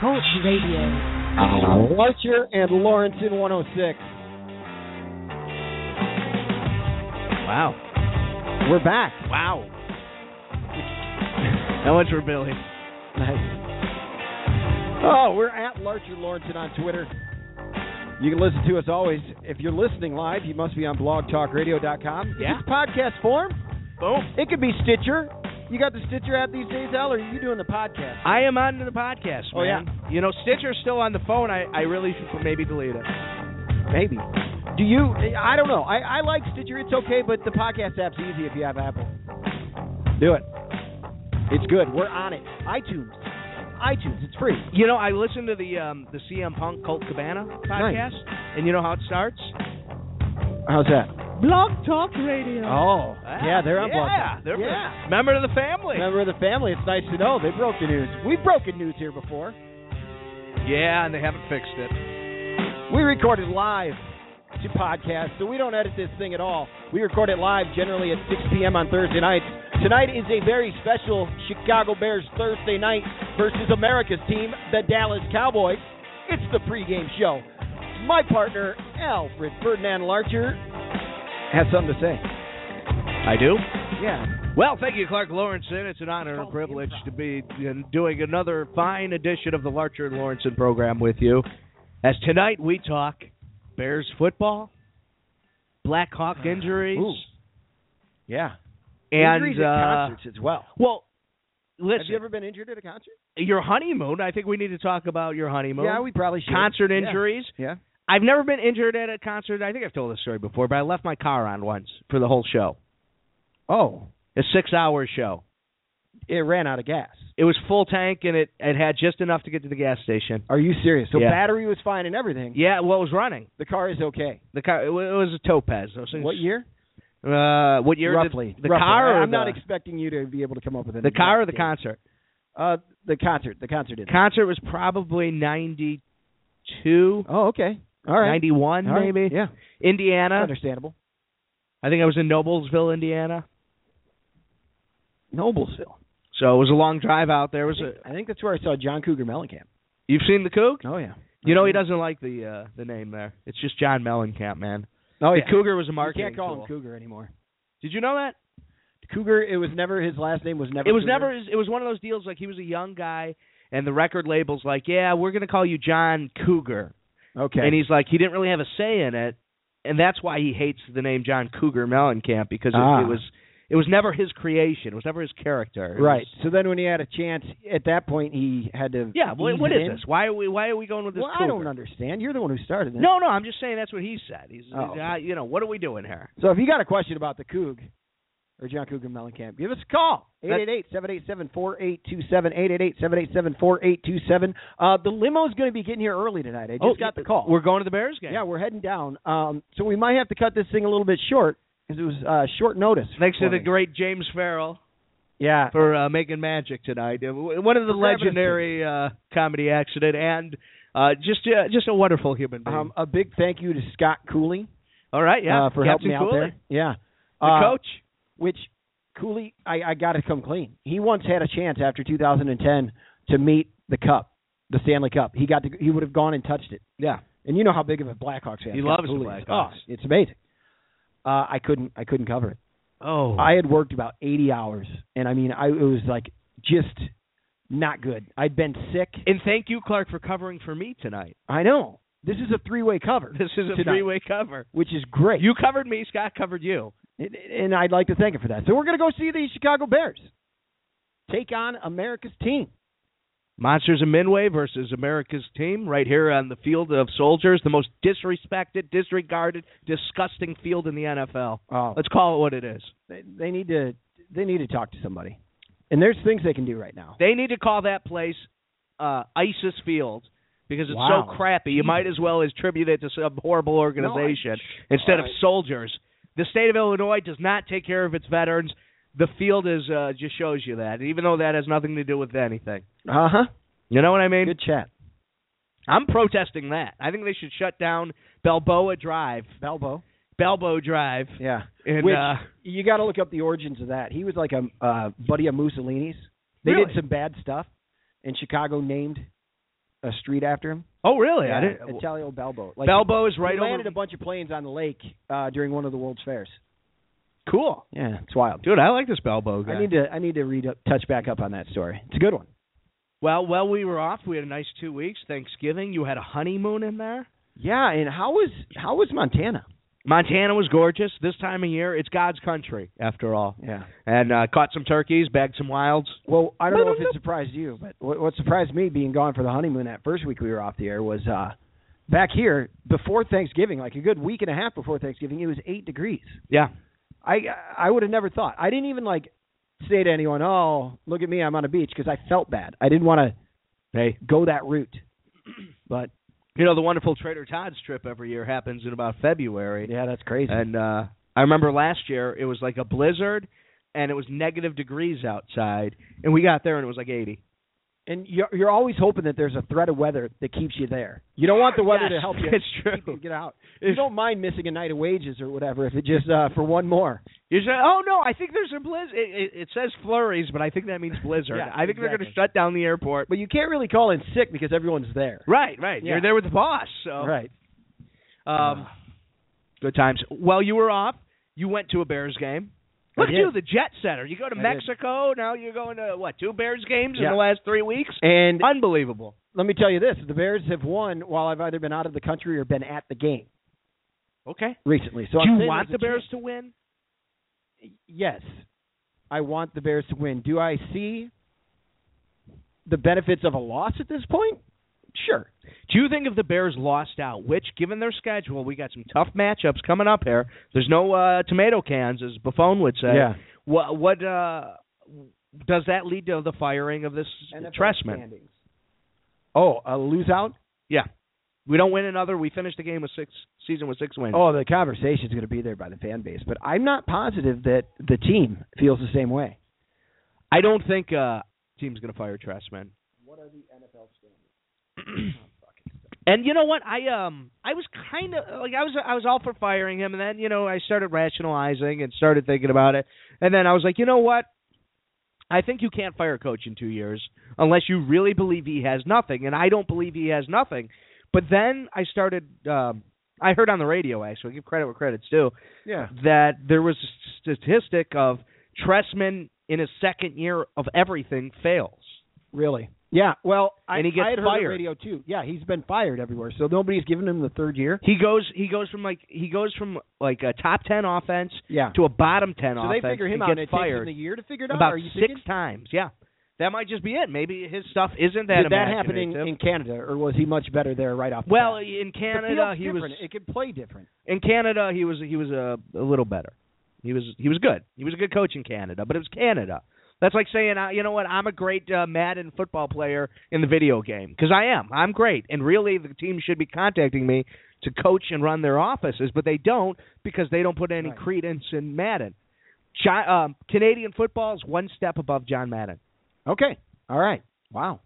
Talk Radio. Larcher and Lawrence in 106. Wow. We're back. Wow. How much for Billy? Nice. Oh, we're at Larcher Lawrence on Twitter. You can listen to us always. If you're listening live, you must be on blogtalkradio.com. If Yeah. It's podcast form. Boom. It could be Stitcher. You got the Stitcher app these days, Al, or are you doing the podcast? I am on to the podcast, man. Oh, You know, Stitcher's still on the phone. I, I really should maybe delete it. Maybe. Do you? I don't know. I, I like Stitcher. It's okay, but the podcast app's easy if you have Apple. Do it. It's good. We're on it. iTunes. iTunes. It's free. You know, I listened to the um, the CM Punk Colt Cabana podcast, and you know how it starts? How's that? Blog Talk Radio. Oh, yeah, they're on Blog Ah, Yeah, Talk. they're yeah. member of the family. Member of the family. It's nice to know they broke the news. We've broken news here before. Yeah, and they haven't fixed it. We recorded live to podcast, so we don't edit this thing at all. We record it live generally at 6 p.m. on Thursday nights. Tonight is a very special Chicago Bears Thursday night versus America's team, the Dallas Cowboys. It's the pregame show. My partner, Alfred Ferdinand Larcher, has something to say. I do. Yeah. Well, thank you, Clark Lawrenson. It's an honor and a Oh, privilege improv. to be you know, doing another fine edition of the Larcher and Lawrenson program with you. As tonight we talk Bears football, Black Hawk injuries, Ooh. Yeah. and Injuries at uh, concerts as well. well, listen, Have you ever been injured at a concert? your honeymoon. I think we need to talk about your honeymoon. Yeah, we probably should. concert Yeah. injuries. Yeah. I've never been injured at a concert. I think I've told this story before, but I left my car on once for the whole show. Oh, A six-hour show. it ran out of gas. It was full tank, and it it had just enough to get to the gas station. Are you serious? So Yeah. battery was fine and everything. Yeah, well, it was running. The car is okay. The car. It wa- it was a Topaz. Those things- What year? Uh, what year? did- roughly. The, roughly. car. Or I'm not the- expecting you to be able to come up with an the car or the exact concert. date. Uh, the concert. The concert is. Concert was probably ninety-two, ninety-one, oh, okay. All right. All right. maybe. Yeah. Indiana. Understandable. I think I was in Noblesville, Indiana. Noblesville. So it was a long drive out there. It was I a, think- I think that's where I saw John Cougar Mellencamp. You've seen the Coug? Oh yeah. You know he doesn't like the uh, the name there. It's just John Mellencamp, man. Oh yeah. The Cougar was a you marketing can't call tool. him Cougar anymore. Did you know that? Cougar. It was never his last name. Was never. it was Cougar. never. It was one of those deals. Like he was a young guy, and the record label's like, "Yeah, we're gonna call you John Cougar," Okay. and he's like, he didn't really have a say in it, and that's why he hates the name John Cougar Mellencamp because it, Ah. it was it was never his creation. It was never his character. It right. was- So then, when he had a chance, at that point, he had to. yeah. What, ease what it is in. this? Why are we Why are we going with this? Well, Cougar? I don't understand. You're the one who started this. No, no. I'm just saying that's what he said. He's, Oh. he's, uh, you know, what are we doing here? So if you got a question about the Coug or John Cougar Mellencamp, give us a call. That- 888-787-4827, 888-787-4827. Uh, the limo's going to be getting here early tonight. I just oh, got the call. We're going to the Bears game. yeah, we're heading down. Um, so we might have to cut this thing a little bit short because it was uh, short notice. Thanks to for the me. great James Farrell Yeah. for uh, making magic tonight. Uh, w- One of the For grabbing us legendary uh, comedy accident and uh, just uh, just a wonderful human being. Um, a big thank you to Scott Cooley All right, yeah, uh, for helping Captain me out Cooley, there. Yeah. the Uh, coach. which Cooley, I, I got to come clean. He once had a chance after 2010 to meet the cup, the Stanley Cup. He got to, he would have gone and touched it. Yeah, And you know how big of a Blackhawks fan He Scott loves the Cooley is. Blackhawks. Oh, it's amazing. Uh, I couldn't I couldn't cover it. Oh, I had worked about 80 hours, and I mean, I it was like just not good. I'd been sick. and thank you, Clark, for covering for me tonight. I know this is a three way cover, This is a Tonight. three-way cover. which is great. You covered me. Scott covered you. And- and I'd like to thank him for that. So we're gonna go see the Chicago Bears take on America's team. Monsters of Midway versus America's team, right here on the field of soldiers, the most disrespected, disregarded, disgusting field in the NFL. Oh, Let's call it what it is. they, they need to they need to talk to somebody. And there's things they can do right now. They need to call that place uh, ISIS Field because it's Wow. so crappy. You might as well attribute it to some horrible organization instead of All right. soldiers. The state of Illinois does not take care of its veterans. The field is uh, just shows you that, even though that has nothing to do with anything. Uh huh. You know what I mean? Good chat. I'm protesting that. I think they should shut down Balboa Drive, Balbo. Balbo Drive, Yeah. and Which- uh, You got to look up the origins of that. He was like a uh, buddy of Mussolini's. They Really? did some bad stuff, and Chicago named a street after him. Oh, really? yeah, I didn't. Italiano Balbo. Like Balbo is he, right he landed over. a bunch of planes on the lake uh, during one of the World's Fairs. Cool, Yeah, it's wild. dude. I like this Balbo guy. I need to I need to read up, touch back up on that story. It's a good one. well, while we were off, we had a nice two weeks. Thanksgiving, you had a honeymoon in there. Yeah, and how was how was Montana? Montana was gorgeous this time of year. It's God's country, after all. Yeah. And uh, caught some turkeys, bagged some wilds. Well, I don't know if it surprised you, but what, what surprised me being gone for the honeymoon that first week we were off the air was uh back here before Thanksgiving, like a good week and a half before Thanksgiving, it was eight degrees. Yeah, I I would have never thought. I didn't even like say to anyone, "Oh, look at me, I'm on a beach," because I felt bad. I didn't want to hey, go that route. But you know the wonderful Trader Todd's trip every year happens in about February. yeah, that's crazy. And uh I remember last year it was like a blizzard and it was negative degrees outside and we got there and it was like 80. and you're you're always hoping that there's a thread of weather that keeps you there. You don't want the weather Yes, to help you It's keep you true. get out. You It's- don't mind missing a night of wages or whatever if it just uh for one more. You say, "Oh no, I think there's a blizzard." It, it, it says flurries, but I think that means blizzard. Yeah, I think they're going exactly. to shut down the airport. But you can't really call in sick because everyone's there. Right, right. Yeah. You're there with the boss. So, Right. um good times. While you were off, you went to a Bears game. I Look at did. you, the jet setter. You go to I did. Mexico, now you're going to what? Two Bears games Yeah. in the last 3 weeks? And Unbelievable. let me tell you this, the Bears have won while I've either been out of the country or been at the game Okay. recently. So Do I'm you saying want the there's a Bears chance. to win? Yes. I want the Bears to win. Do I see the benefits of a loss at this point? Sure. Do you think if the Bears lost out, which, given their schedule, we got some tough matchups coming up here. There's no uh, tomato cans, as Buffon would say. What? What? Uh, does that lead to the firing of this Tressman? Oh, a lose out? Yeah. We don't win another. We finish the game with six season with six wins. Oh, the conversation's going to be there by the fan base, but I'm not positive that the team feels the same way. I don't think uh, team's going to fire Tressman. What are the NFL standards? and you know what? I um I was kind of like I was I was all for firing him, and then you know I started rationalizing and started thinking about it, and then I was like, you know what? I think you can't fire a coach in two years unless you really believe he has nothing, and I don't believe he has nothing. But then I started. Um, I heard on the radio actually. Give credit where credit's due Yeah. that there was a statistic of Tressman in his second year of everything fails. Really? Yeah. Well, I, And he gets I had heard it fired. radio too. Yeah, he's been fired everywhere, so nobody's given him the third year. He goes he goes from like he goes from like a top ten offense Yeah. to a bottom ten so offense they figure him and out. get and it fired takes him a year to figure it out. about Are you six thinking? times. Yeah, that might just be it. Maybe his stuff isn't that. Did that happen in, imaginative. in Canada, or was he much better there right off? The well, bat? in The Canada field's he was different. It could play different. in Canada he was he was a, a little better. He was he was good. He was a good coach in Canada, but it was Canada. That's like saying, uh, you know what? I'm a great uh, Madden football player in the video game because I am. I'm great, and really the team should be contacting me to coach and run their offices, but they don't because they don't put any Right. credence in Madden. John, um, Canadian football is one step above John Madden. Okay. All right. Wow.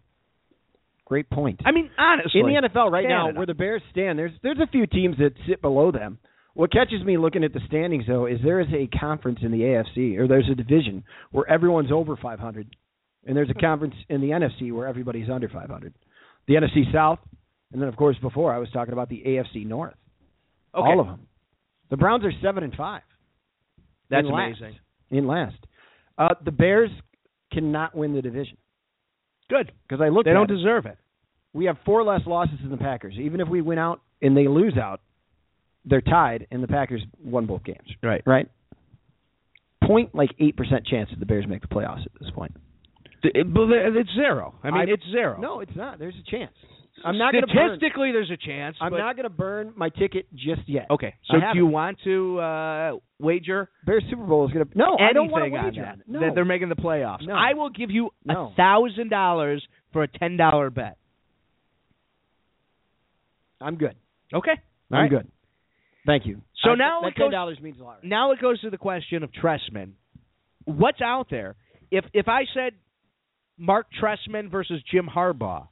Great point. I mean, honestly, in the NFL right now, Canada. where the Bears stand, there's there's a few teams that sit below them. What catches me looking at the standings though is there is a conference in the AFC or there's a division where everyone's over 500, and there's a conference in the NFC where everybody's under 500. The NFC South, and then of course before I was talking about the AFC North. okay, All of them. The Browns are seven and five that's in last. amazing. in last. Uh, the Bears cannot win the division Good. because I looked. They at don't it. deserve it. we have four less losses than the Packers. Even if we win out and they lose out, they're tied, and the Packers won both games. Right. Right? Point like eight percent chance that the Bears make the playoffs at this point. But it's zero. I mean, I- it's zero. No, it's not. There's a chance. I'm not going to burn. statistically. There's a chance. I'm but- not going to burn my ticket just yet. Okay. I So do haven't. you want to uh, wager Bears Super Bowl is going to. No, I don't want to anything on wager that? on it. No. That they're making the playoffs. No. I will give you No. a thousand dollars for a ten dollar bet. I'm good. Okay. I'm All right. good. Thank you. So I- now that it goes- ten dollars means a lot. Now it goes to the question of Tressman. What's out there? If if I said Mark Tressman versus Jim Harbaugh,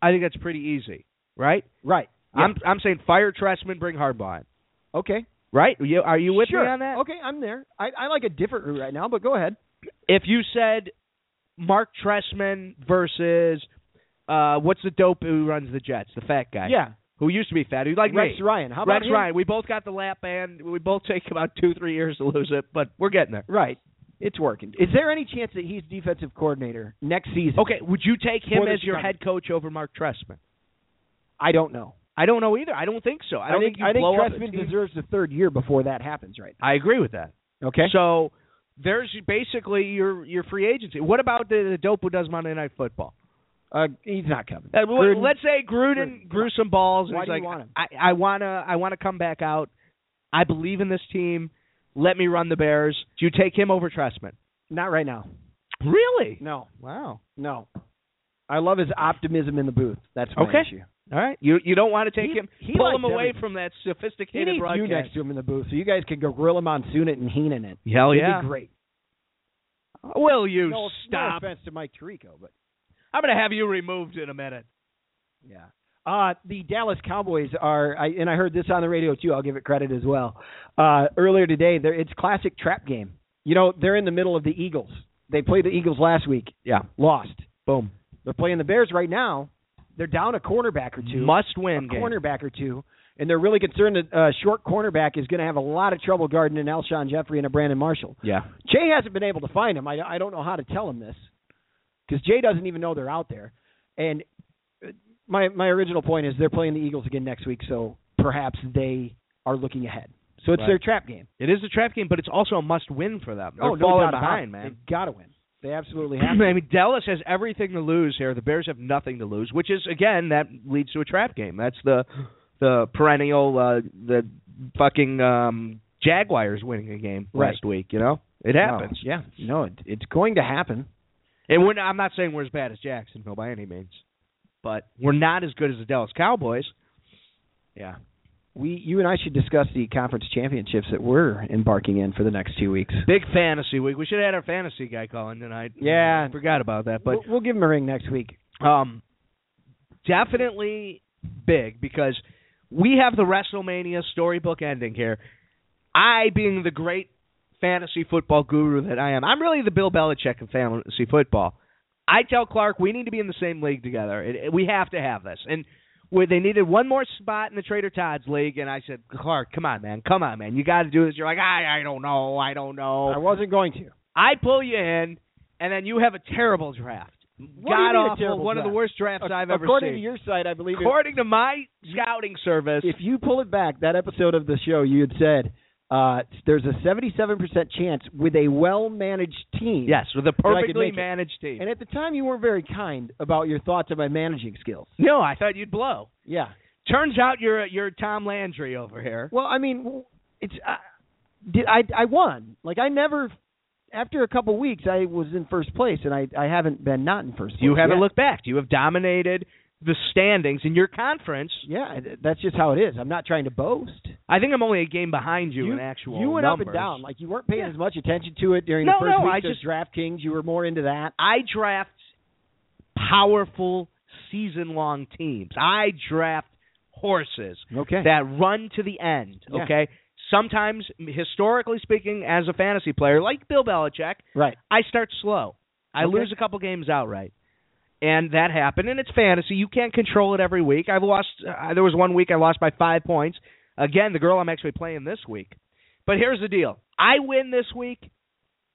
I think that's pretty easy, right? Right. Yeah. I'm I'm saying fire Tressman, bring Harbaugh in, Okay. right? Are you, are you with sure. me on that? Okay, I'm there. I, I like a different route right now, but go ahead. if you said Mark Tressman versus uh, what's the dope who runs the Jets? The fat guy. Yeah. Who used to be fat? Who like Rex me. Ryan. How about Rex him? Ryan. We both got the lap band. We both take about two, three years to lose it, but we're getting there. Right. It's working. Is there any chance that he's defensive coordinator next season? Okay, would you take him For the as your Chicago. head coach over Mark Trestman? I don't know. I don't know either. I don't think so. I don't think, you I think blow up a Trestman team. deserves a third year before that happens right I agree with that. now. Okay. So there's basically your your free agency. What about the, the dope who does Monday Night Football? uh, he's not coming. Uh, well, Gruden- let's say Gruden, Gruden. grew some balls. And Why he's do you like, want him? I, I wanna, I wanna come back out. I believe in this team. Let me run the Bears. Do you take him over Trestman? not right now. Really? No. Wow. No. I love his optimism in the booth. That's my Okay. issue. All right. You you don't want to take He- him, he pull likes him away everything. from that He sophisticated needs you broadcast. next to him in the booth, so you guys could go Gorilla Monsoon it and Heenan it. Hell It'd yeah. be great. Will you no, No stop? offense to Mike Tirico, but I'm gonna have you removed in a minute. yeah. Uh, the Dallas Cowboys are, I, and I heard this on the radio too. I'll give it credit as well. Uh, earlier today, they're, it's classic trap game. You know, they're in the middle of the Eagles. They played the Eagles last week, Yeah. lost. Boom. They're playing the Bears right now. They're down a cornerback or two. Must win game. cornerback or two, and they're really concerned that uh, short cornerback is going to have a lot of trouble guarding an Alshon Jeffrey and a Brandon Marshall. Yeah. Jay hasn't been able to find him. I, I don't know how to tell him this because Jay doesn't even know they're out there. And uh, my my original point is they're playing the Eagles again next week, so perhaps they are looking ahead. So it's Right. their trap game. It is a trap game, but it's also a must win for them. They're oh, no falling doubt about behind, it. man. They've got to win. They absolutely have to. I mean, Dallas has everything to lose here. The Bears have nothing to lose, which is again that leads to a trap game. That's the the perennial uh, the fucking um, Jaguars winning a game Right. last week. You know, it happens. yeah, no, it, it's going to happen. And we're, not- I'm not saying we're as bad as Jacksonville by any means, but we're not as good as the Dallas Cowboys. Yeah. We, you and I should discuss the conference championships that we're embarking in for the next two weeks. Big fantasy week. We should have had our fantasy guy calling tonight. Yeah. forgot about that. But we'll, we'll give him a ring next week. Um, definitely big because we have the WrestleMania storybook ending here. I, being the great fantasy football guru that I am, I'm really the Bill Belichick of fantasy football. I tell Clark we need to be in the same league together. It, it- we have to have this. And where they needed one more spot in the Trader Todd's league, and I said, Clark, come on, man, come on, man, you got to do this. You're like, I, I don't know, I don't know. I wasn't going to. I pull you in, and then you have a terrible draft. do you mean God a awful, terrible one of the draft? worst drafts I've ever According seen. to your site, I believe it- According to my scouting service, if you pull it back, that episode of the show you had said uh, there's a 77% chance with a well-managed team. yes, with a could perfectly make it. managed team. And at the time, you weren't very kind about your thoughts of my managing skills. no, I thought you'd blow. Yeah. Turns out you're you're Tom Landry over here. Well, I mean, w- it's I did I I won. Like I never. After a couple weeks, I was in first place, and I I haven't been not in first place. You haven't yet. looked back. You have dominated the standings in your conference. Yeah, th- that's just how it is. I'm not trying to boast. I think I'm only a game behind you, in actual you went up numbers. and down. Like you weren't paying Yeah. as much attention to it during No, the first no, week I of just- DraftKings. You were more into that. I draft powerful season long teams. I draft horses Okay. that run to the end. Yeah. Okay. Sometimes, historically speaking, as a fantasy player like Bill Belichick, right. I start slow. I Okay. lose a couple games outright. And that happened, and it's fantasy. You can't control it every week. I've lost. Uh, there was one week I lost by five points. Again, the girl I'm actually playing this week. But here's the deal: I win this week,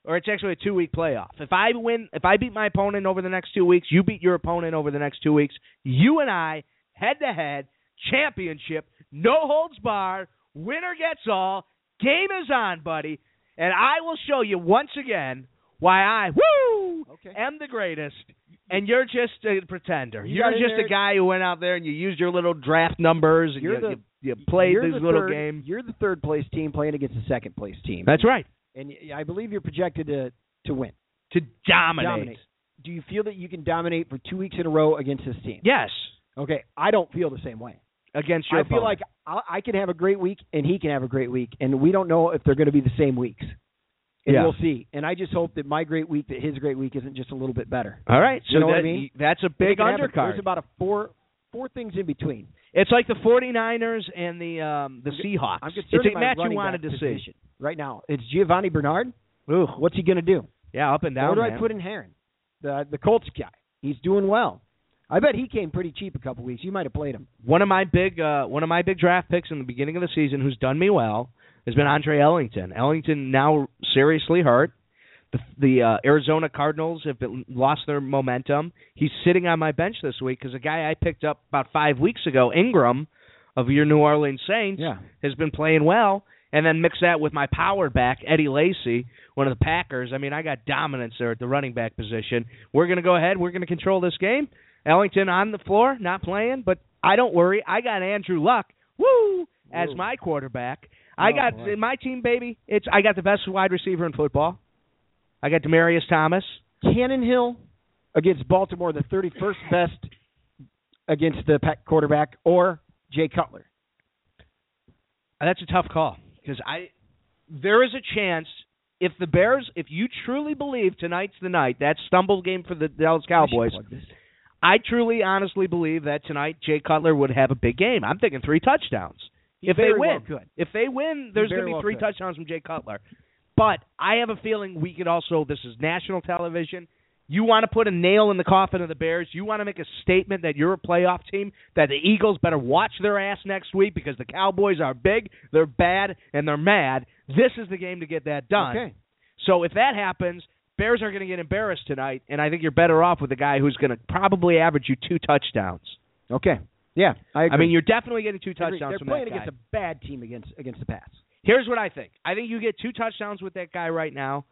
or it's actually a two-week playoff. If I win, if I beat my opponent over the next two weeks, you beat your opponent over the next two weeks. You and I, head-to-head, championship, no holds barred, winner gets all. Game is on, buddy, and I will show you once again why I woo Okay. am the greatest, and you're just a pretender. You You are got in just there- a guy who went out there and you used your little draft numbers and You're you, the- you, you played You're these the little third- games. You're the third place team playing against the second place team, That's right. and y- I believe you're projected to to win. To dominate. Dominate. Do you feel that you can dominate for two weeks in a row against this team? Yes, Okay. I don't feel the same way. against your I feel like opponent. I, I can have a great week and he can have a great week, and we don't know if they're going to be the same weeks. And Yeah. we'll see. And I just hope that my great week, that his great week, isn't just a little bit better. All right, so You know what I that- mean? that's a It big can happen. There's undercard. about a four four things in between. It's like the 49ers and the um, the I'm con- Seahawks. I'm concerned it's a about match you running wanted to back see. position right now. It's Giovanni Bernard. What's he going to do? Yeah, up and down. Where do man. I put in Heron? The the Colts guy. He's doing well. I bet he came pretty cheap a couple weeks. You might have played him. One of my big uh, one of my big draft picks in the beginning of the season, who's done me well, has been Andre Ellington. Ellington now seriously hurt. The, the uh, Arizona Cardinals have been, lost their momentum. He's sitting on my bench this week because a guy I picked up about five weeks ago, Ingram, of your New Orleans Saints, Yeah. has been playing well. And then mix that with my power back, Eddie Lacy, one of the Packers. I mean, I got dominance there at the running back position. We're going to go ahead. We're going to control this game. Ellington on the floor, not playing, but I don't worry. I got Andrew Luck, woo, as Woo. my quarterback. I Oh, got boy. in my team, baby. It's I got the best wide receiver in football. I got Demarius Thomas. Cannon Hill against Baltimore, the 31st best against the pack quarterback, or Jay Cutler. That's a tough call because I there is a chance if the Bears, if you truly believe tonight's the night, that stumble game for the Dallas Cowboys. I should plug this. I truly, honestly believe that tonight Jay Cutler would have a big game. I'm thinking three touchdowns. He if they very win, well could. if they win, there's very going to be well three could. touchdowns from Jay Cutler. But I have a feeling we could also. This is national television. You want to put a nail in the coffin of the Bears. You want to make a statement that you're a playoff team. That the Eagles better watch their ass next week because the Cowboys are big, they're bad, and they're mad. This is the game to get that done. Okay. So if that happens, Bears are going to get embarrassed tonight, and I think you're better off with a guy who's going to probably average you two touchdowns. Okay. Yeah. I agree. I mean, you're definitely getting two I agree. touchdowns They're from playing that guy. against a bad team against against the pass. Here's what I think. I think you get two touchdowns with that guy right now,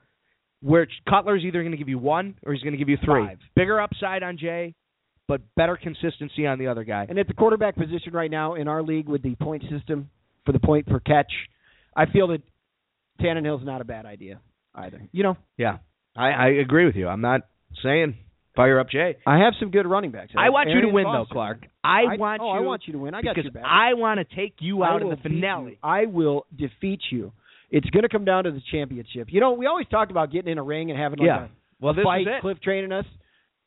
where Cutler's either going to give you one or he's going to give you three. Five. Bigger upside on Jay, but better consistency on the other guy. And at the quarterback position right now in our league with the point system for the point per catch, I feel that Tannenhill's not a bad idea either. You know, yeah, I, I agree with you. I'm not saying fire up Jay. I have some good running backs. I want you to Arian win Foster. though, Clark. I, want oh, you I want you to win. I got because your back. I want to take you I out in will the beat finale. you. I will defeat you. It's going to come down to the championship. You know, we always talked about getting in a ring and having like Yeah. a Well, this fight, is it. Cliff training us.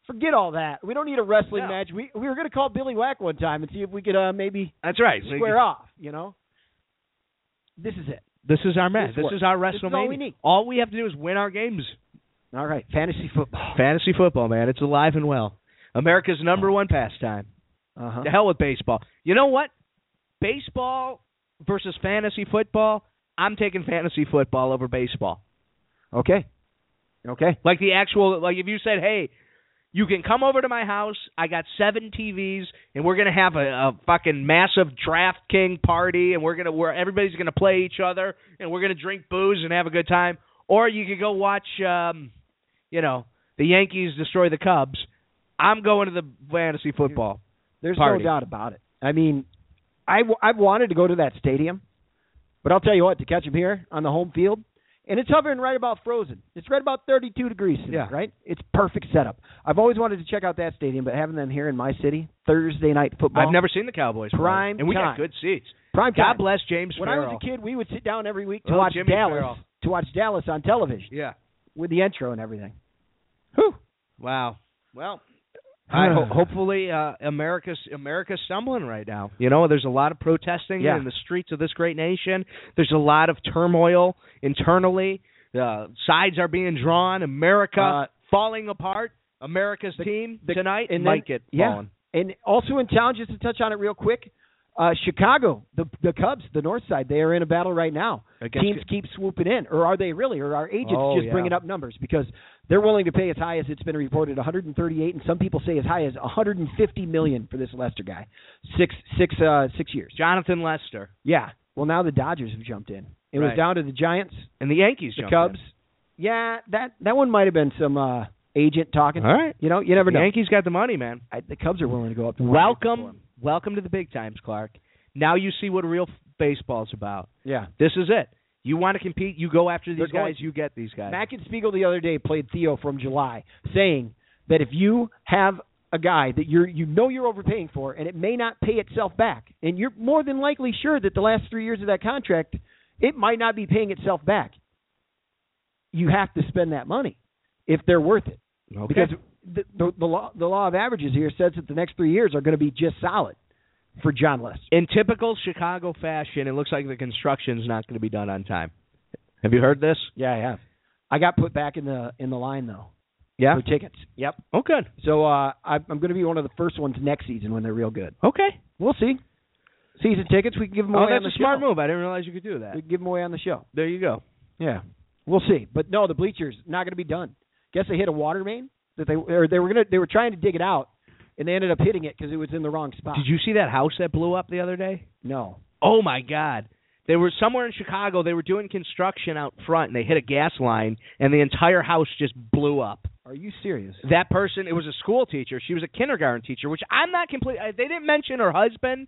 Forget all that. We don't need a wrestling No. match. We we were going to call Billy Whack one time and see if we could uh, maybe That's right. So you square can- off. You know, this is it. This is our match. This This, works. is our WrestleMania. This is all we need. All we have to do is win our games. All right, fantasy football. Fantasy football, man. It's alive and well. America's Oh. number one pastime. Uh-huh. To hell with baseball. You know what? Baseball versus fantasy football. I'm taking fantasy football over baseball. Okay. Okay. Like the actual like if you said, "Hey, you can come over to my house. I got seven TVs, and we're gonna have a, a fucking massive draft king party, and we're gonna where everybody's gonna play each other, and we're gonna drink booze and have a good time." Or you could go watch, um, you know, the Yankees destroy the Cubs. I'm going to the fantasy football. There's Party. no doubt about it. I mean, I w- I've wanted to go to that stadium, but I'll tell you what, to catch him here on the home field, and it's hovering right about frozen. It's right about 32 degrees. today, Yeah. Right. It's perfect setup. I've always wanted to check out that stadium, but having them here in my city, Thursday night football. I've never seen the Cowboys play, Prime and we time. got good seats. prime God time. bless James When I Farrell. was a kid, we would sit down every week to Oh, watch Jimmy Dallas Farrell. to watch Dallas on television Yeah. with the intro and everything. Whew. Wow. Well, I ho- hopefully uh, America's America's stumbling right now. You know, there's a lot of protesting Yeah. in the streets of this great nation. There's a lot of turmoil internally. Uh, sides are being drawn. America Uh, falling apart. America's the- team the- tonight and might then- get yeah. fallen. And also in town, just to touch on it real quick, uh, Chicago, the the Cubs, the North Side, they are in a battle right now. Against- Teams keep swooping in, or are they really? Or are agents Oh, just yeah. bringing up numbers because they're willing to pay as high as it's been reported, 138, and some people say as high as 150 million for this Lester guy, six six uh, six years. Jonathan Lester Yeah. Well, now the Dodgers have jumped in. It was Right. down to the Giants, and the Yankees. the jumped Cubs. in. Yeah, that that one might have been some uh, agent talking. All right. You know, you never The know. Yankees got the money, man. I, the Cubs are willing to go up. To one for him. Welcome, welcome to the big times, Clark. Now you see what real f- baseball's about. Yeah. This is it. You want to compete, you go after They're these going- guys, you get these guys. Mack and Spiegel the other day played Theo from July, saying that if you have a guy that you're you know you're overpaying for and it may not pay itself back, and you're more than likely sure that the last three years of that contract it might not be paying itself back. You have to spend that money if they're worth it, Okay. because the, the, the law the law of averages here says that the next three years are going to be just solid for John Lester. in typical Chicago fashion, it looks like the construction's not going to be done on time. Have you heard this? Yeah, I have. I got put back in the in the line though. Yeah. for tickets. Yep. Oh, good. So uh, I, I'm going to be one of the first ones next season when they're real good. Okay. We'll see. Season tickets, we can give them Oh, away on that's the a smart show. move. I didn't realize you could do that. We can give them away on the show. There you go. Yeah, we'll see. But no, the bleachers not going to be done. Guess they hit a water main that they or they were gonna they were trying to dig it out, and they ended up hitting it because it was in the wrong spot. Did you see that house that blew up the other day? No. Oh my God. They were somewhere in Chicago, they were doing construction out front and they hit a gas line and the entire house just blew up. Are you serious? That person, it was a school teacher. She was a kindergarten teacher, which I'm not complete I- they didn't mention her husband,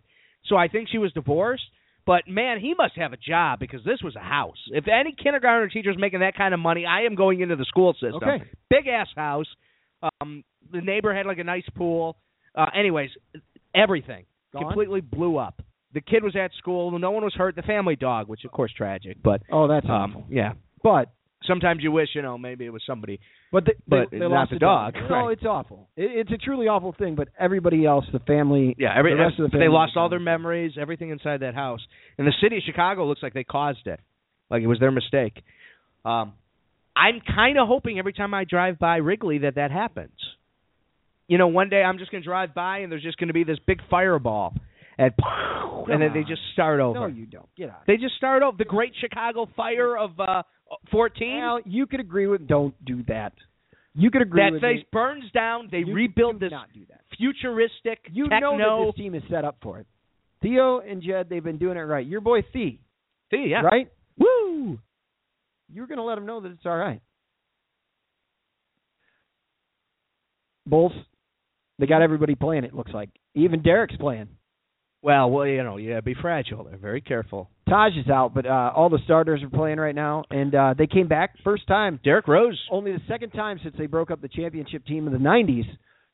so I think she was divorced. But man, he must have a job because this was a house. If any kindergarten teacher is making that kind of money, I am going into the school system. Okay. Big ass house. Um, the neighbor had like a nice pool. Uh, anyways, everything Gone? completely blew up. The kid was at school. No one was hurt. The family dog, which of course tragic, but Oh, that's um, awful. yeah. But Sometimes you wish, you know, maybe it was somebody. but the, But they, they not lost the a dog. dog, No, right. it's awful. It, it's a truly awful thing. But everybody else, the family, Yeah, every, the rest of the they family lost was all their gone. memories, everything inside that house, and the city of Chicago looks like they caused it, like it was their mistake. Um, I'm kind of hoping every time I drive by Wrigley that that happens. You know, one day I'm just going to drive by and there's just going to be this big fireball, and and then they on. just start over. No, you don't. Get out. They just started off the Great Chicago Fire of uh, 14. Al, you could agree with. Don't do that. You could agree that with place me. burns down. They You rebuild do this Not do that. futuristic You techno. know that this team is set up for it. Theo and Jed, they've been doing it right. Your boy Thee, See, yeah. right? Woo! You're going to let them know that it's all right. Bulls, they got everybody playing. It looks like even Derek's playing. Well, well, you know, yeah, be fragile. They're very careful. Taj is out, but uh, all the starters are playing right now, and uh, they came back first time, Derek Rose. only the second time since they broke up the championship team in the '90s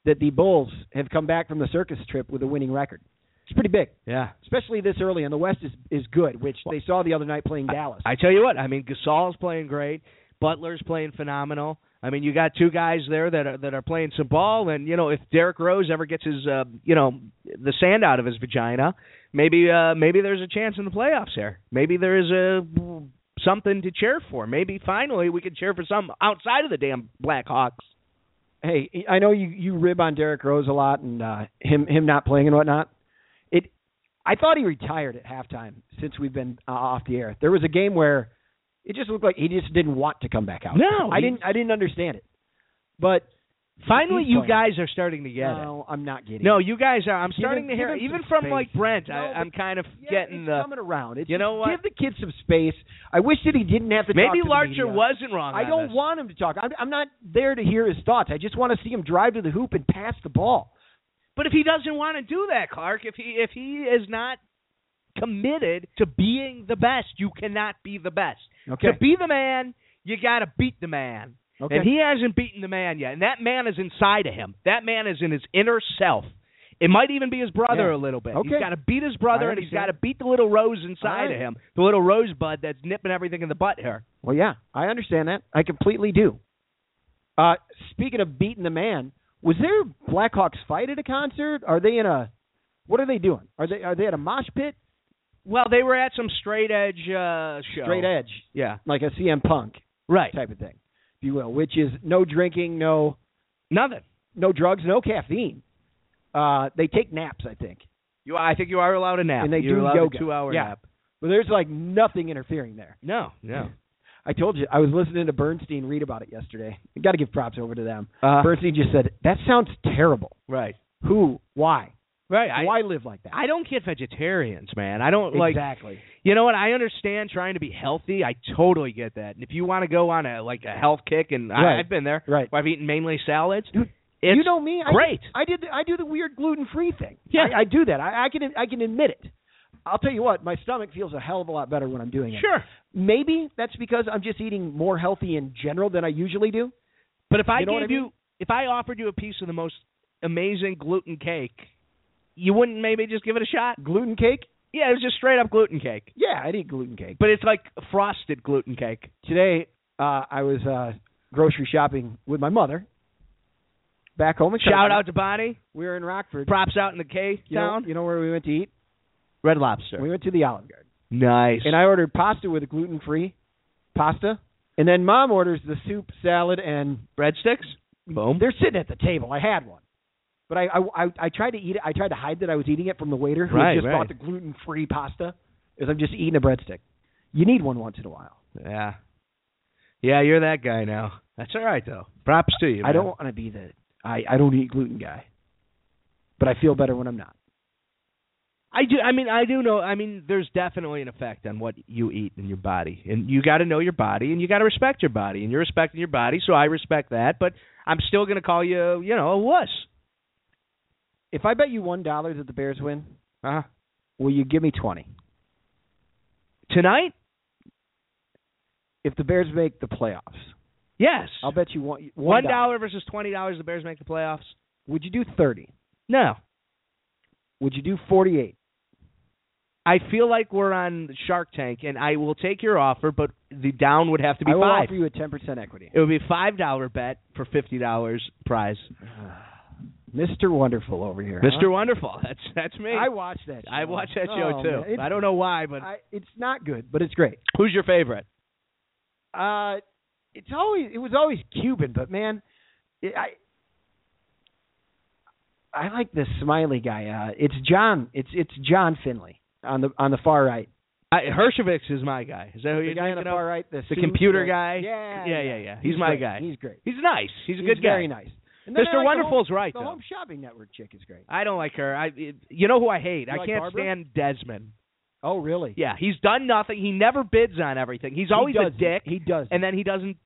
that the Bulls have come back from the circus trip with a winning record. It's pretty big, Yeah. especially this early. And the West is is good, which they saw the other night playing Dallas. I tell you what, I mean, Gasol's playing great. Butler's playing phenomenal. I mean, you got two guys there that are that are playing some ball, and you know, if Derek Rose ever gets his, uh, you know, the sand out of his vagina, maybe uh, maybe there's a chance in the playoffs here. Maybe there is a something to cheer for. Maybe finally we can cheer for some outside of the damn Blackhawks. hey, I know you you rib on Derrick Rose a lot and uh, him him not playing and whatnot. It, I thought he retired at halftime since we've been uh, off the air. There was a game where it just looked like he just didn't want to come back out. No, I he- didn't I didn't understand it. But Finally, He's you playing. guys are starting to get it. no, I'm not getting. No, it. you guys are. I'm Give starting him- to give hear him even some from space. like Brent. No, I, but- I'm kind of Yeah, getting it's the coming around. It's, you know what? Give the kid some space. I wish that he didn't have to. talk maybe to the media. Larcher wasn't wrong. I on don't this. want him to talk. I'm, I'm not there to hear his thoughts. I just want to see him drive to the hoop and pass the ball. But if he doesn't want to do that, Clark, if he if he is not committed to being the best, you cannot be the best. Okay. To be the man, you got to beat the man. Okay. And he hasn't beaten the man yet. And that man is inside of him. That man is in his inner self. It might even be his brother Yeah. a little bit. Okay. He's got to beat his brother, I and he's got understand. to beat the little rose inside All right. of him, the little rosebud that's nipping everything in the butt here. Well, yeah, I understand that. I completely do. Uh, speaking of beating the man, was there a Blackhawks fight at a concert? Are they in a? What are they doing? Are they are they at a mosh pit? Well, they were at some straight edge uh, show. Straight edge, Yeah. like a CM Punk Right. type of thing, if you will, which is no drinking, no Nothing. no drugs, no caffeine. Uh, they take naps, I think. You, I think you are allowed a nap. And they You're do allowed yoga. a two-hour Yeah. nap. But there's like nothing interfering there. No, no. I told you I was listening to Bernstein read about it yesterday. Got to give props over to them. Uh, Bernstein just said that sounds terrible. right. Who? Why? Right. I, Why live like that? I don't get vegetarians, man. I don't like. exactly. You know what? I understand trying to be healthy. I totally get that. And if you want to go on a like a health kick, and Right. I, I've been there. Right. where I've eaten mainly salads. Dude, It's you know me. I, great. I did. The, I do the weird gluten free thing. Yeah. I, I do that. I, I can. I can admit it. I'll tell you what. My stomach feels a hell of a lot better when I'm doing it. Sure. Maybe that's because I'm just eating more healthy in general than I usually do. But if I You know what I gave mean? you, if I offered you a piece of the most amazing gluten cake, you wouldn't maybe just give it a shot? Gluten cake? Yeah, it was just straight up gluten cake. Yeah, I'd eat gluten cake. But it's like frosted gluten cake. today uh, I was uh, grocery shopping with my mother. Back home in Shout Cleveland. out to Bonnie. We were in Rockford. Props out in the K you know, town. you know where we went to eat? Red Lobster. We went to the Olive Garden. nice. And I ordered pasta with gluten free pasta. And then mom orders the soup, salad, and breadsticks. Boom. They're sitting at the table. I had one, but I I I, I tried to eat it. I tried to hide that I was eating it from the waiter who had Right, just right. bought the gluten free pasta. Is I'm just eating a breadstick. You need one once in a while. Yeah. Yeah, you're that guy now. That's all right though. Props to you. I man. don't want to be the I I don't eat gluten guy, but I feel better when I'm not. I do. I mean, I do know. I mean, there's definitely an effect on what you eat in your body, and you got to know your body, and you got to respect your body, and you're respecting your body, so I respect that. But I'm still going to call you, you know, a wuss. If I bet you one dollar that the Bears win, Uh-huh. will you give me twenty? Tonight, If the Bears make the playoffs, yes, I'll bet you one one dollar versus twenty dollars. The Bears make the playoffs. Would you do thirty? No, Would you do forty-eight? I feel like we're on Shark Tank, and I will take your offer, but the down would have to be I will five. offer you a ten percent equity. It would be a five dollar bet for fifty dollars prize. Mr. Wonderful over here. Mister Wonderful, that's that's me. Huh? I watch that. Show. I watch that Oh, show man. too. It's- I don't know why, but I, it's not good, but it's great. who's your favorite? Uh, it's always it was always Cuban, but man, it, I I like this smiley guy. Uh, it's John. It's it's John Finley on the on the far right. I, Hershovitz is my guy. Is that who the you're guy on the thinking of? far right, the, The suit, computer the- guy? Yeah, Yeah, yeah, yeah. He's my great. guy. He's great. He's nice. He's a good guy. Very nice. And then I Mr. like the home- Wonderful's right The though. Home Shopping Network chick is great. I don't like her. I it- you know who I hate? I like can't Barbara? stand Desmond. Oh, really? Yeah, he's done nothing. He never bids on everything. He's always he a does. dick, He does. and then he doesn't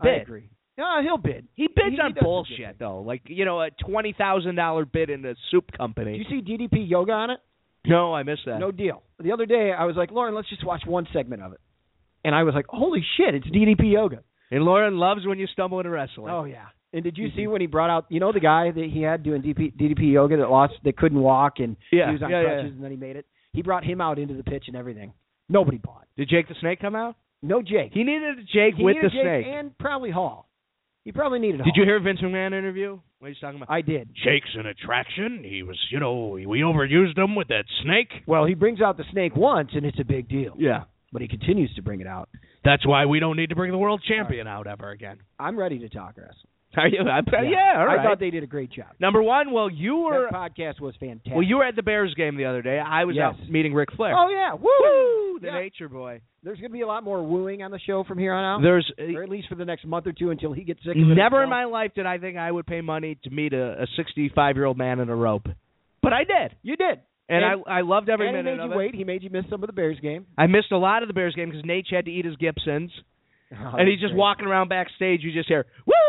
I bid. agree. No, he'll bid. He bids He- he on does bid. bullshit though, like you know a twenty thousand dollar bid in a soup Did you company. see DDP yoga on it? No, I missed that. No deal. The other day, I was like, Lauren, let's just watch one segment of it, and I was like, holy shit, it's DDP yoga. And Lauren loves when you stumble into wrestling. Oh yeah. And did Mm-hmm. you see when he brought out, you know, the guy that he had doing DP, DDP yoga that lost, that couldn't walk, and yeah, he was on yeah, yeah. crutches, and then he made it. He brought him out into the pitch and everything. Nobody bought. Did Jake the Snake come out? No Jake. He needed a Jake He with needed the Jake snake. and probably Hall. He probably needed. Did Hall. you hear Vince McMahon interview? What he's talking about? I did. Jake's an attraction. He was, you know, we overused him with that snake. Well, he brings out the snake once, and it's a big deal. Yeah. But he continues to bring it out. That's why we don't need to bring the world champion out ever again. I'm ready to talk wrestling. Are you? I'm, yeah. All I right. thought they did a great job. Number one. Well, you were. that podcast was fantastic. Well, you were at the Bears game the other day. I was Yes. out meeting Ric Flair. Oh yeah, woo! The Yeah. Nature Boy. There's going to be a lot more wooing on the show from here on out, There's uh, or at least for the next month or two until he gets sick. of it never in himself. my life did I think I would pay money to meet a, a 65 year old man in a rope, but I did, You did. and, And- I I loved every and he minute made of you it. wait. He made you miss some of the Bears game. I missed a lot of the Bears game because Nate had to eat his Gibsons, Oh, and he's just walking around backstage. You just hear woo,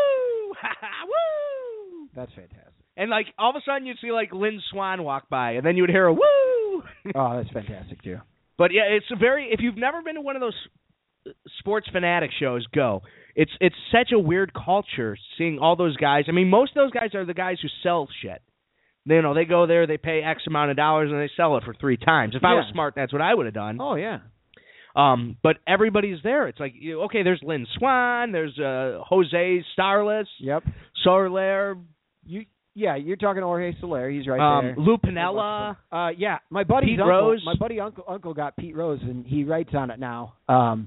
Ha, ha, woo. That's fantastic. And like all of a sudden you'd see like Lynn Swan walk by and then you would hear a woo. Oh, that's fantastic too. but yeah, it's a very if you've never been to one of those uh, sports fanatic shows, go. It's it's such a weird culture seeing all those guys. I mean, most of those guys are the guys who sell shit. You know, they go there, they pay X amount of dollars and they sell it for three times. If I was Yeah. smart, that's what I would have done. Oh yeah. Um, but everybody's there. It's like, you, okay, there's Lynn Swan, there's uh, Jose Starless, Yep. Sorler, You. Yeah, you're talking Jorge Soler. He's right um, there. Lou Pinella. Uh, yeah, my buddy's Pete uncle, Rose? My buddy uncle uncle got Pete Rose, and he writes on it now. Um,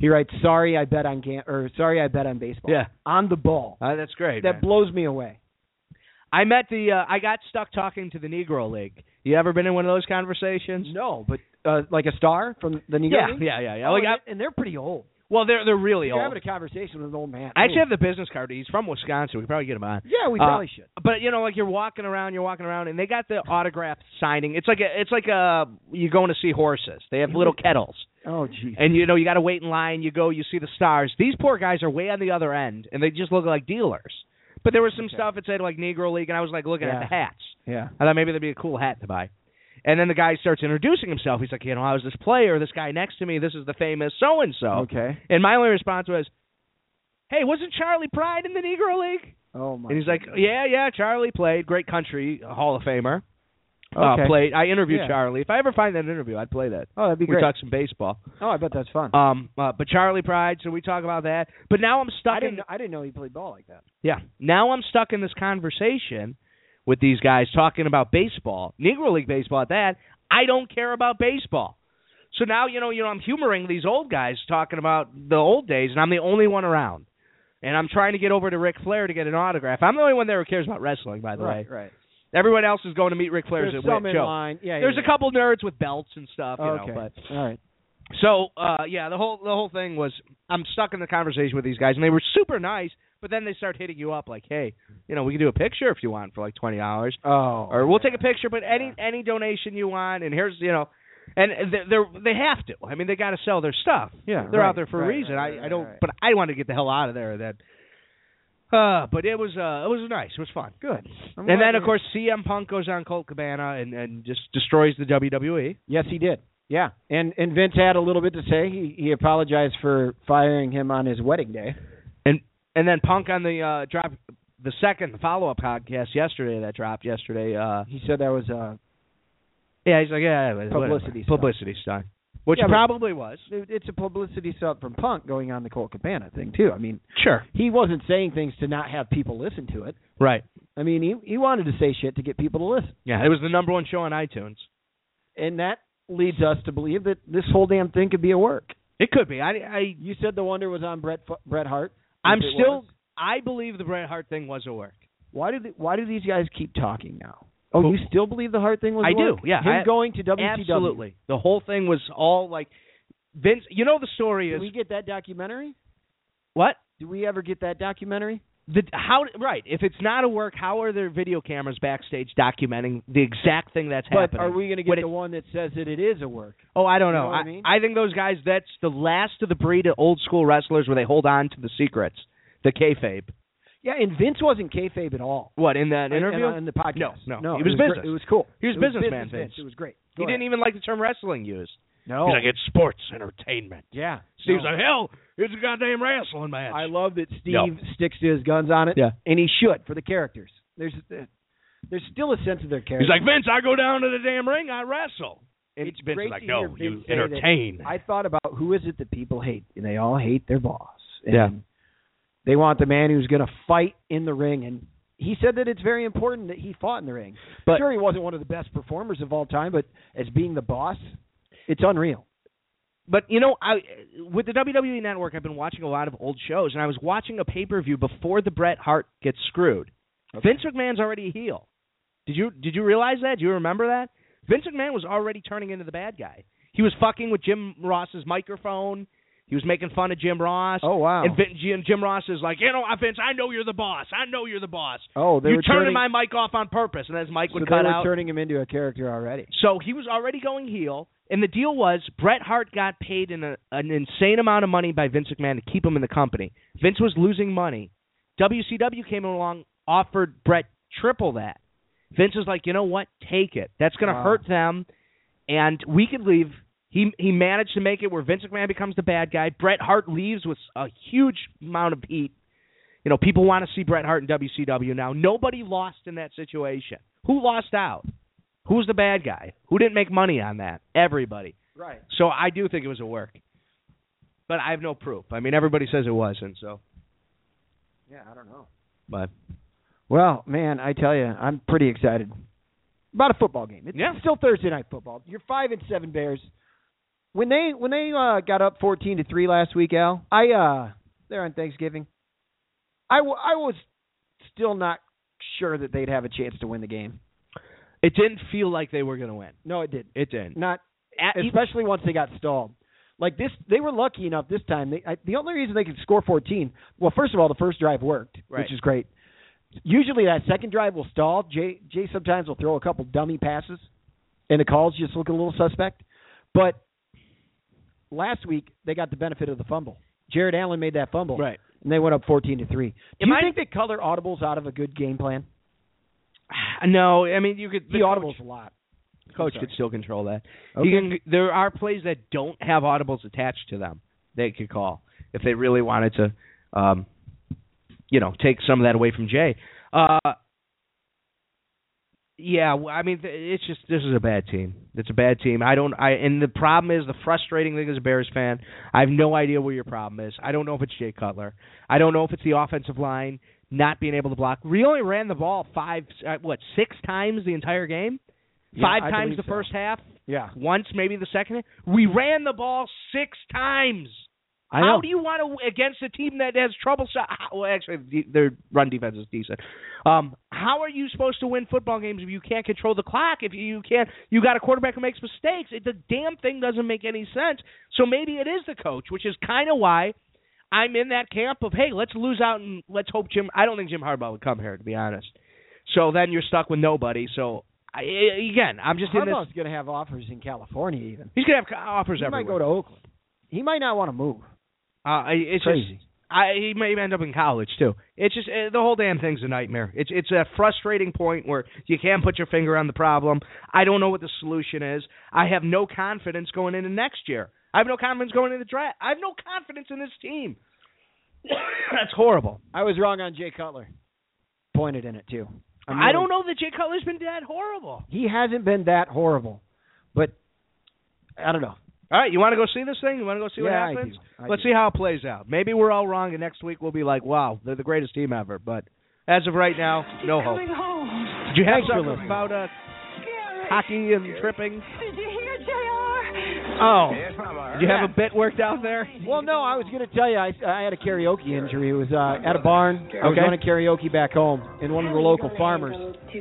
he writes, "Sorry, I bet on gam- or sorry, I bet on baseball. Yeah. on the ball. Uh, that's great. that man. blows me away. I met the. Uh, I got stuck talking to the Negro League. You ever been in one of those conversations? No, but uh, like a star from the Negro Yeah, League? yeah, yeah, yeah. Oh, Like, and, I, and they're pretty old. well, they're they're really You're old. having a conversation with an old man. I actually Ooh. have the business card. He's from Wisconsin. We could probably get him on. yeah, we uh, probably should. But you know, like you're walking around, you're walking around, and they got the autograph signing. It's like a, it's like a you're going to see horses. They Mm-hmm. have little kettles, Oh, jeez. and you know you got to wait in line. You go, you see the stars. These poor guys are way on the other end, and they just look like dealers. But there was some Okay. stuff that said like Negro League, and I was like looking Yeah. at the hats. Yeah. I thought maybe that'd be a cool hat to buy. And then the guy starts introducing himself. He's like, you know, I was this player, this guy next to me, this is the famous so and so. Okay. And my only response was, Hey, wasn't Charlie Pride in the Negro League? Oh my. And he's like, Yeah, yeah, Charlie played. Great country, Hall of Famer. Okay. Uh, played. I interviewed Yeah. Charlie. If I ever find that interview, I'd play that. Oh, that'd be we great. talk some baseball. oh, I bet that's fun. Um, uh, but Charlie Pride. So we talk about that. But now I'm stuck I in. didn't. know- I didn't know he played ball like that. Yeah. Now I'm stuck in this conversation with these guys talking about baseball, Negro League baseball at that. I don't care about baseball. So now you know, you know, I'm humoring these old guys talking about the old days, and I'm the only one around. and I'm trying to get over to Ric Flair to get an autograph. I'm the only one there who cares about wrestling, by the way. right, right. Everyone else is going to meet Ric Flair's There's at some Wit in Joe. line. Yeah, yeah, There's yeah. a couple nerds with belts and stuff, you Okay. know, but All right. so uh yeah, the whole the whole thing was I'm stuck in the conversation with these guys and they were super nice, but then they start hitting you up like, "Hey, you know, we can do a picture if you want for like $20 Oh. or we'll take a picture, but any any donation you want and here's, you know, and they- they're they have to. I mean, they got to sell their stuff. Yeah, They're right, out there for a right, reason. right, I right, I don't right. but I want to get the hell out of there that uh but it was uh it was nice. It was fun. Good. I'm glad And then of you- course CM Punk goes on Colt Cabana and and just destroys the E. WWE. Yes, he did. Yeah, and and Vince had a little bit to say. He he apologized for firing him on his wedding day. And and then Punk on the uh drop the second follow up podcast yesterday that dropped yesterday, uh He said that was uh, yeah, he's like, Yeah, whatever. Publicity stunt. publicity stunt. Which Yeah, but- probably was. it- it's a publicity stunt from Punk going on the Colt Cabana thing too. I mean, Sure. he wasn't saying things to not have people listen to it. Right. I mean, he he wanted to say shit to get people to listen, Yeah. It was the number one show on iTunes. and that leads us to believe that this whole damn thing could be a work. It could be. I I You said the wonder was on Bret Fu- Bret Hart. I'm If it still was. I believe the Bret Hart thing was a work. Why do they, why do these guys keep talking now? Oh, Who- you still believe the Hart thing was? I a do, work? yeah, him I- going to WCW. Absolutely. The whole thing was all like Vince you know the story Did is we get that documentary? what? Did we ever get that documentary? The how right, if it's not a work, how are there video cameras backstage documenting the exact thing that's But happening? are we going to When get it- the one that says that it is a work? Oh, I don't You know. know what I I, mean? I think those guys. That's the last of the breed of old school wrestlers where they hold on to the secrets, the kayfabe. Yeah, and Vince wasn't kayfabe at all. What in that In- uh, in- interview? on, the podcast. No, no. no He it was gr- business. It was cool. He was It was businessman, Vince. It was great. he Go didn't ahead. even like the term wrestling used. No. He's like, it's sports entertainment. yeah. Steve's no. like, hell, it's a goddamn wrestling match. I love that Steve No. sticks to his guns on it. Yeah. And he should for the characters. There's uh, there's still a sense of their characters. He's like, Vince, I go down to the damn ring, I wrestle. And It's Vince great is like, to hear no, you Vince say that entertain. I thought about who is it that people hate, and they all hate their boss. And Yeah. They want the man who's going to fight in the ring, and he said that it's very important that he fought in the ring. But- sure, he wasn't one of the best performers of all time, but as being the boss, it's unreal. But you know, I with the WWE Network, I've been watching a lot of old shows, and I was watching a pay per view before the Bret Hart gets screwed. Vince McMahon's already a heel. Did you did you realize that? Do you remember that? Vince McMahon was already turning into the bad guy. He was fucking with Jim Ross's microphone. He was making fun of Jim Ross. Oh wow! And Vin, Jim, Jim Ross is like, you know, Vince, I know you're the boss. I know you're the boss. oh, they you were turning turning my mic off on purpose, and as mic so would they cut were out. turning him into a character already. so he was already going heel, and the deal was Bret Hart got paid an, an insane amount of money by Vince McMahon to keep him in the company. Vince was losing money. WCW came along, offered Bret triple that. Vince was like, you know what? Take it. That's going to Wow. hurt them, and we could leave. He he managed to make it where Vince McMahon becomes the bad guy. Bret Hart leaves with a huge amount of heat. You know, people want to see Bret Hart in WCW now. Nobody lost in that situation. Who lost out? Who's the bad guy? Who didn't make money on that? Everybody. Right. So I do think it was a work. But I have no proof. I mean, everybody says it wasn't, so. Yeah, I don't know. But Well, man, I tell you, I'm pretty excited about a football game. It's Yeah. still Thursday night football. You're five and seven Bears. When they when they uh, got up fourteen to three last week, Al, I uh, there on Thanksgiving, I wa- I was still not sure that they'd have a chance to win the game. it didn't feel like they were going to win. No, it didn't. It didn't. Not At- especially once they got stalled. Like this, they were lucky enough this time. They, I, the only reason they could score 14, well, first of all, the first drive worked, Right. which is great. Usually that second drive will stall. Jay, Jay sometimes will throw a couple dummy passes, and the calls just look a little suspect. But last week they got the benefit of the fumble. Jared Allen made that fumble, right. and they went up 14 to three. Do Am you I- think that color audibles out of a good game plan? No, I mean, you could. He audibles a lot. coach, coach I'm could still control that. sorry. You can, there are plays that don't have audibles attached to them they could call if they really wanted to, um, you know, take some of that away from Jay. Uh, yeah, w- I mean, th- it's just this is a bad team. It's a bad team. I don't. I and the problem is the frustrating thing as a Bears fan, I have no idea where your problem is. I don't know if it's Jay Cutler. I don't know if it's the offensive line not being able to block. We only ran the ball five, uh, what, six times the entire game. Yeah, five I times believe the so. first half Yeah. once, maybe the second. We ran the ball six times. I How know. do you want to against a team that has trouble? So, well, actually, the- their run defense is decent. Um, how are you supposed to win football games if you can't control the clock? If you, you can't, you got a quarterback who makes mistakes. It, the damn thing doesn't make any sense. So maybe it is the coach, which is kind of why I'm in that camp of hey, let's lose out and let's hope Jim. I don't think Jim Harbaugh would come here to be honest. So then you're stuck with nobody. So I, again, I'm just in this. Harbaugh's going to have offers in California. Even He's gonna have offers he everywhere. might go to Oakland. He might not want to move. Uh, I- it's Crazy. Just, I, he may end up in college too. It's just uh, the whole damn thing's a nightmare. It's it's a frustrating point where you can't put your finger on the problem. I don't know what the solution is. I have no confidence going into next year. I have no confidence going into the draft. I have no confidence in this team. That's horrible. I was wrong on Jay Cutler. Pointed in it too. I'm I really- don't know that Jay Cutler's been that horrible. He hasn't been that horrible, but I don't know. All right, you want to go see this thing? You want to go see what Yeah, I happens? do. I Let's do. see how it plays out. Maybe we're all wrong, and next week we'll be like, "Wow, they're the greatest team ever." But as of right now, no hope. home. Did you have Thanks for something listening. about uh, Gary, hockey and tripping? did you hear JR? Oh, did you have a bit worked out there? Well, no, I was going to tell you, I, I had a karaoke injury. It was uh, at a barn. I was Okay. running karaoke back home, and one of the local farmers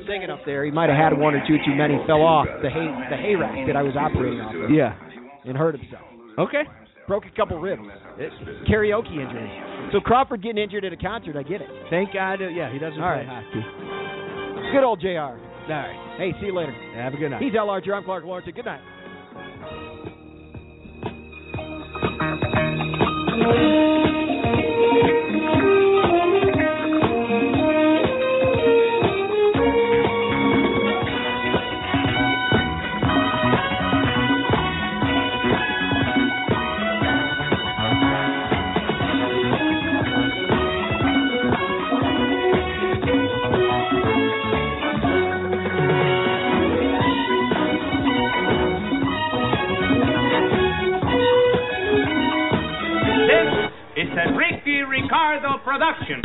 singing up there. He might have had one or two too many. Fell off the hay the hay rack that I was operating off of Yeah. and hurt himself. Okay. Broke a couple ribs. Karaoke injury. So Crawford getting injured at a concert, I get it. Thank God. uh, Yeah, he doesn't All play right. hockey. Good old Jr. All right. Hey, see you later. Have a good night. He's LRJ. I'm Clark Lawrence. Good night. This is a Ricky Ricardo production.